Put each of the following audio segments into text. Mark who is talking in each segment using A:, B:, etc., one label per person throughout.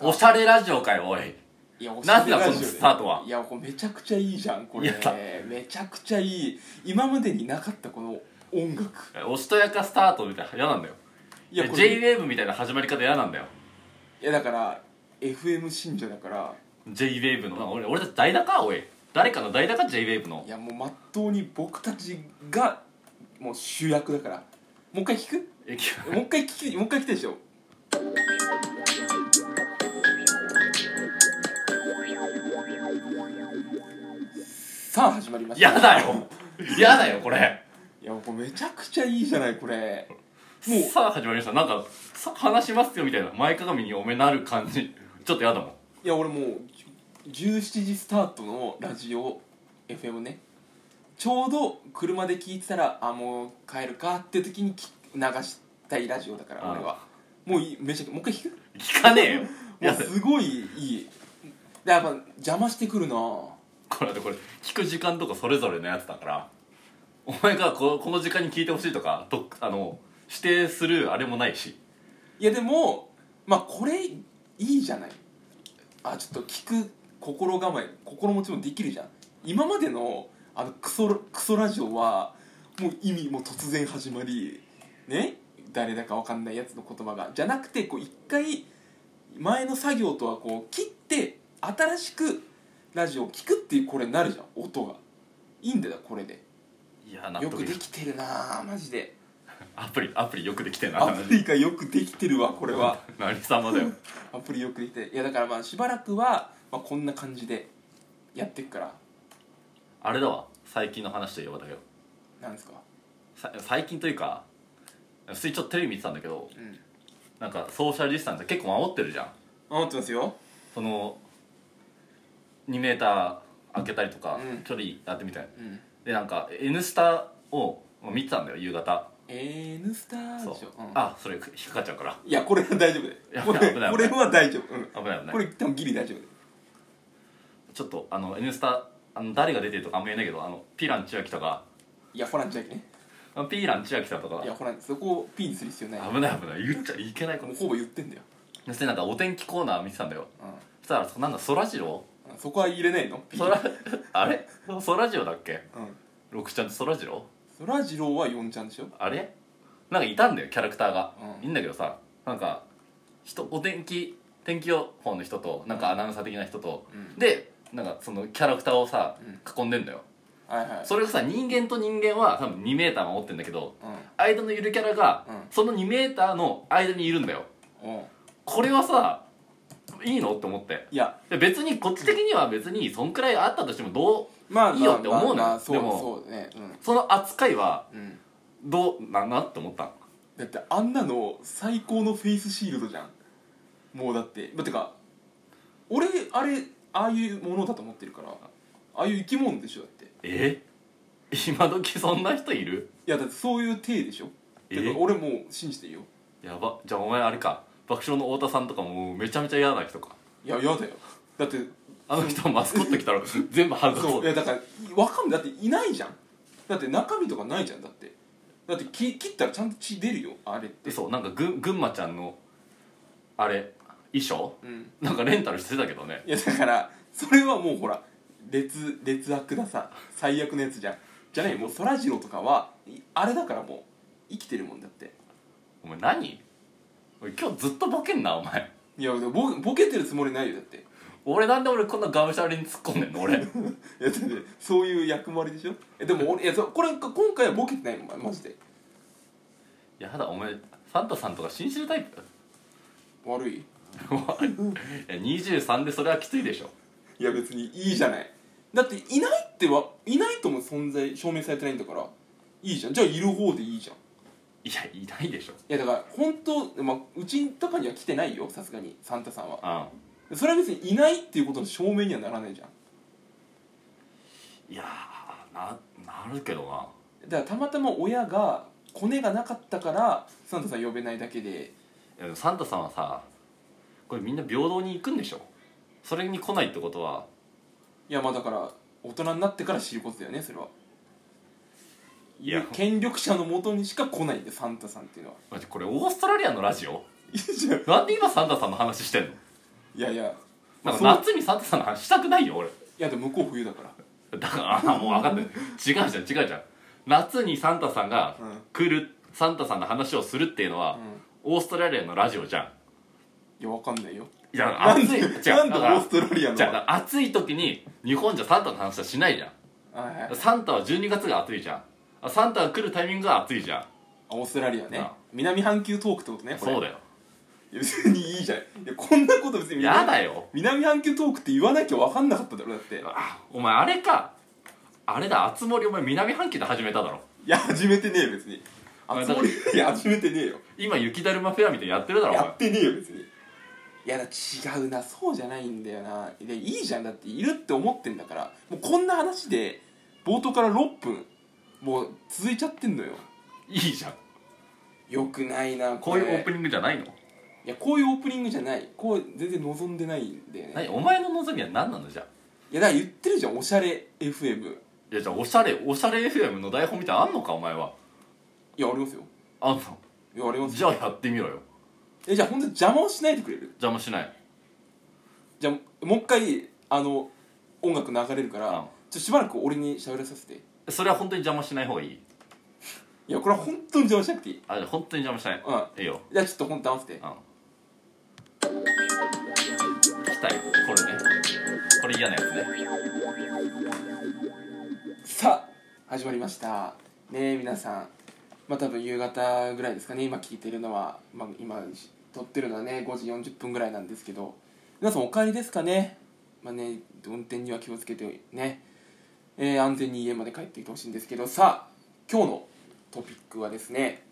A: おしゃれラジオかよおい
B: いやおし
A: な
B: ゃ
A: ん
B: れ
A: だ
B: ラ
A: この
B: ジオで
A: スタートはい
B: やこれめちゃくちゃいいじゃんこれ
A: やった
B: めちゃくちゃいい今までになかったこの音楽
A: おしとやかスタートみたいな嫌なんだよ
B: いやこれ
A: JWAVE みたいな始まり方嫌なんだよ
B: いやだから FM 信者だから
A: JWAVE のなんか俺俺たち代かおい誰かの代か JWAVE の
B: いやもうまっとうに僕たちがもう主役だからもう一回聞く
A: え
B: もう一回聞きもう一回聞きたいでしょさあ始まりました
A: 嫌だよ嫌だよこれ
B: いやもうめちゃくちゃいいじゃないこれもう
A: さあ始まりましたなんかさ話しますよみたいな前かがみにおめなる感じちょっと嫌だもん
B: いや俺もうじゅ17時スタートのラジオ FM ねちょうど車で聞いてたらあもう帰るかって時にき流したいラジオだから
A: ああ
B: 俺はもういいめちゃくちゃもう一回聞く
A: 聞かねえよい
B: もう
A: や
B: すごいいいでやっぱ邪魔してくるな
A: これこれ聞く時間とかそれぞれのやつだからお前がここの時間に聞いてほしいとかとあの指定するあれもないし
B: いやでもまあこれいいじゃないあちょっと聞く心構え心持ちもできるじゃん今までのあのクソクソラジオはもう意味もう突然始まりね誰だかわかんないやつの言葉がじゃなくてこう一回前の作業とはこう切って新しくラジオを聞くっていうこれになるじゃん音がいいんだよこれで
A: いや納
B: よ
A: 得
B: く
A: い
B: で
A: く
B: きてるなあマジで
A: アプリアプリよくできてんな
B: アプリがよくできてるわこれは
A: 何様だよ
B: アプリよくできていやだからまあしばらくは、まあ、こんな感じでやってくから
A: あれだわ最近の話といえばだけど
B: なんですか
A: さ最近というか普通にちょっとテレビ見てたんだけど
B: うん
A: なんかソーシャルディスタンス結構守ってるじゃん
B: 思ってますよ
A: その 2m 開けたりとか、
B: うん
A: 距離やってみたいな
B: うん
A: でなんか「N スタ」を見てたんだよ夕方
B: N スター
A: そう
B: でしょ、うん
A: あそれ引っかかっちゃうから
B: いやこれは大丈夫で
A: いや
B: これ
A: 危ない
B: これは大丈夫、うん、
A: 危ない危ない
B: これ多分ギリ大丈夫で
A: ちょっとあの「N スタ」あの誰が出てるとかあんま言えないけどあのピーラン千秋とか
B: いやホラン千秋ね
A: あのピーラン千秋さんとか
B: いやホランそこをピンにする必要ない
A: 危ない危ない言っちゃいけないこ
B: も
A: と
B: うほぼ言ってんだよ、
A: そしてなんかお天気コーナー見てたんだよ
B: う
A: そしたらなんだそらジロー
B: ん、そこは入れないのピン
A: そら あれそらジローだっけ
B: うん
A: 六ちゃんとそらジロー
B: そらジローは4ちゃんでしょ
A: あれなんかいたんだよキャラクターが、
B: うん
A: いいんだけどさなんか人お天気天気予報の人となんかアナウンサー的な人と、
B: うん
A: でなんかそのキャラクターをさ、囲んでんだよ
B: はいはい
A: それがさ人間と人間は多分2メーター守ってんだけど
B: う
A: 間のゆるキャラが、
B: うん
A: その2メーターの間にいるんだよ
B: んうん
A: これはさいいのって思って
B: いや
A: で別にこっち的には別にそんくらいあったとしてもどう
B: まあ
A: いいよって思うのよ
B: まあまあそう
A: でも
B: そうね
A: その扱いは
B: うんうん
A: どうなんなって思ったの
B: だってあんなの最高のフェイスシールドじゃんもうだってだってか俺あれああいうものだと思ってるからああいう生き物でしょだってい
A: え今時そんな人いる
B: やだってそういう体でしょ
A: え
B: だから俺もう信じてるよ
A: やばじゃあお前あれか爆笑の太田さんとかもうめちゃめちゃ嫌な人か
B: いや嫌だよだって
A: あの人マスコット来たら全部外
B: そ
A: そうう
B: いやだからわかんないだっていないじゃんだって中身とかないじゃんだってだってき切ったらちゃんと血出るよあれって
A: そうなんかぐ群馬ちゃんのあれ衣装
B: うん
A: なんかレンタルしてたけどね
B: いやだからそれはもうほら劣劣悪ださ最悪のやつじゃんじゃないもうそらジローとかはいあれだからもう生きてるもんだって
A: お前何おい今日ずっとボケんなお前
B: いやでもボボケてるつもりないよだって
A: 俺なんで俺こんながむしゃらに突っ込んでんの俺
B: いやだってそういう役回りでしょえでも俺いやそうこれ今回はボケてないもんマジで
A: やだお前サンタさんとか信じるタイプ
B: 悪い
A: お前い や23でそれはきついでしょ
B: いや別にいいじゃないだっていないってはいないとも存在証明されてないんだからいいじゃんじゃあいる方でいいじゃん
A: いやいないでしょ
B: いやだから本当、まあ、うちとかには来てないよさすがにサンタさんは
A: うん
B: それは別にいないっていうことの証明にはならないじゃん
A: いやーななるけどな
B: だからたまたま親がコネがなかったからサンタさん呼べないだけで
A: いやでもサンタさんはさこれみんな平等に行くんでしょそれに来ないってことはい
B: やまあだから大人になってから知ることだよねそれはい
A: や
B: 権力者のもとにしか来ないんだよサンタさんっていうのは
A: マジこれオーストラリアのラジオ
B: いいじゃん
A: なんで今サンタさんの話してんの
B: いやいやま
A: な
B: あ
A: ん
B: そ
A: か夏
B: のい
A: 見サンタさんの話したくないよ俺
B: やでも向こう冬だから
A: だからあもう分かってる違うじゃん違うじゃん夏にサンタさんが
B: うん
A: 来る、サンタさんの話をするっていうのは、オーストラリアのラジオじゃん
B: いやわかんないよ
A: いや
B: なん
A: 暑い
B: で
A: 違う
B: なんで
A: だ
B: オ
A: から
B: ーストラリアの
A: じゃあだから暑い時に日本じゃサンタの話はしないじゃん
B: はいはい
A: サンタは12月が暑いじゃんあサンタが来るタイミングが暑いじゃん
B: オーストラリアね
A: な
B: 南半球トークってことねこれ
A: そうだよ
B: いや別にいいじゃんいやこんなこと別に
A: や
B: 南
A: だよ
B: 南半球トークって言わなきゃ分かんなかっただろだって
A: あお前あれかあれだ熱森お前南半球で始めただろ
B: いや始めてねえよ別に
A: お前
B: 熱盛いや始めてねえよ
A: 今雪だるまフェアみたいにやってるだろお
B: や
A: 前
B: ってねえよ別にいやだ違うなそうじゃないんだよないやいいじゃんだっているって思ってんだからもうこんな話で冒頭から6分もう続いちゃってんのよ
A: いいじゃん
B: よくないな
A: こういうオープ
B: ニング
A: ニングじゃないの、
B: いやこういうオープニングじゃないこう全然望んでないんだよね
A: 何お前の望みは何なのじゃあ
B: いやだから言ってるじゃんおしゃれ FM
A: いやじゃあおしゃれおしゃれ FM の台本みたいなのあんのかお前はい
B: やありますよ
A: あんの
B: いやありますよ
A: じゃあやってみろよ
B: えじゃあ本当に邪魔をしないでくれる
A: 邪魔しない
B: じゃあもう一回あの音楽流れるから、
A: うん
B: ちょっとしばらく俺に喋らさせて
A: それは本当に邪魔しない方がいい
B: いやこれは本当に邪魔しなくていい
A: あじゃあ本当に邪魔しない
B: う
A: い
B: ん
A: いよ
B: じゃあちょっと本当合わせて
A: うん来たよこれねこれ嫌なやつね
B: さあ始まりましたねえ皆さんまあ多分夕方ぐらいですかね今聞いてるのは、まあ、今撮ってるのはね5時40分ぐらいなんですけど皆さんお帰りですかねまあね運転には気をつけてね、えー安全に家まで帰っていてほしいんですけどさあ今日のトピックはですね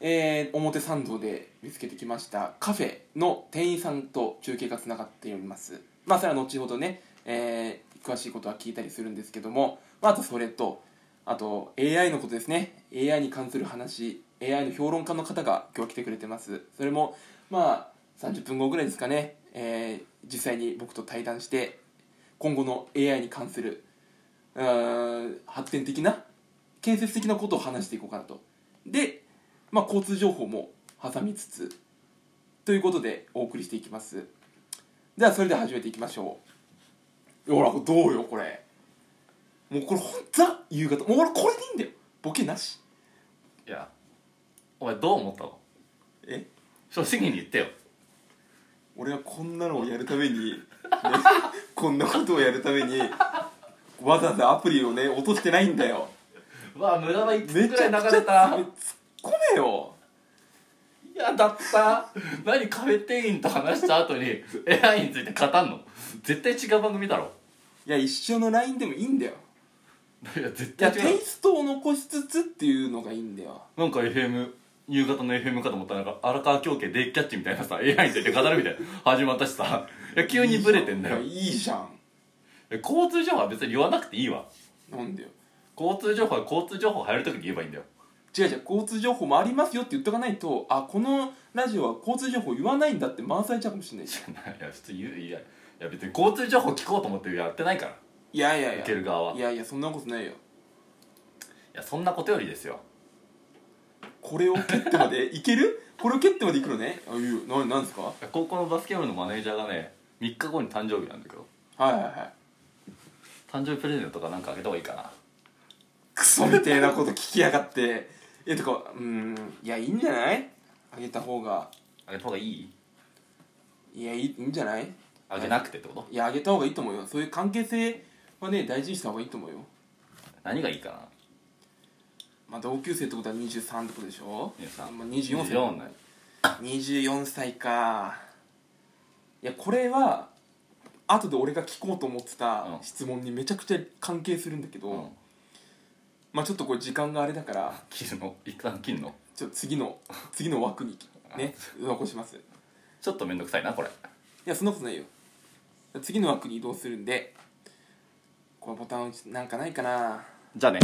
B: えー表参道で見つけてきましたカフェの店員さんと中継がつながっておりますまあそれは後ほどね、えー詳しいことは聞いたりするんですけども、まあ、あとそれとあと AI のことですね AI に関する話 AI の評論家の方が今日来てくれてますそれもまあ30分後ぐらいですかね、えー実際に僕と対談して今後の AI に関するうーん発展的な建設的なことを話していこうかなとで、まあ、交通情報も挟みつつということでお送りしていきますではそれでは始めていきましょうほらどうよこれもうこれほんザ夕方もう俺これでいいんだよボケなし
A: いやお前どう思ったの
B: え
A: 正直に言ってよ
B: 俺はこんなのをやるために、ね こんなことをやるためにわざわざアプリをね落としてないんだよ
A: わあ無駄な1
B: めちゃくちゃ突っ込めよ
A: 嫌だった何カフェ店員と話した後に AI について語んの絶対違う番組だろ
B: いや一緒の LINE でもいいんだよ
A: いや絶
B: いや
A: 対
B: テ
A: 違
B: イ
A: う
B: ストを残しつつっていうのがいいんだよ
A: なんか FM 夕方の FM かと思ったらなんか荒川京家デイキャッチみたいなさ AI について語るみたいな始まったしさいや急にブレてんだよ
B: いいじゃん
A: 交通情報は別に言わなくていいわ
B: なんだよ
A: 交通情報は交通情報入るときに言えばいいんだよ
B: 違う違う交通情報もありますよって言っとかないとあこのラジオは交通情報言わないんだって満載ちゃうかもしれないじ
A: いや普通言ういやいや別に交通情報聞こうと思ってやってないから
B: ゃんいやいやいや
A: 受ける側はい
B: やいやそんなことないよ
A: いやそんなことよりですよ
B: これを蹴ってまでいけるこれを蹴ってまでいくのねあいいよななんですかはい
A: 高校のバスケ部のマネージャーがね3日後に誕生日なんだけど
B: はいはい
A: 誕生日プレゼントとかなんかあげた方がいいかな
B: クソみたいなこと聞きやがってえとかうーんいやいいんじゃないあげた方が
A: あげた方がいい
B: いやいいいいんじゃない
A: あげなくてってこと、
B: いやあげた方がいいと思うよそういう関係性はね大事にした方がいいと思うよ
A: 何がいいかな
B: まあ同級生ってことは23ってことでしょ
A: 23
B: まあ、24歳
A: 24ね
B: 24歳かいやこれは後で俺が聞こうと思ってた
A: うん
B: 質問にめちゃくちゃ関係するんだけど、
A: うん
B: まあちょっとこれ時間があれだから
A: 切るの一旦切るの
B: ちょっと 次の次の枠にね残しますい
A: ちょっとめんどくさいなこれ
B: やそんなことないよ次の枠に移動するんでこのボタンなんかないかな
A: じゃあね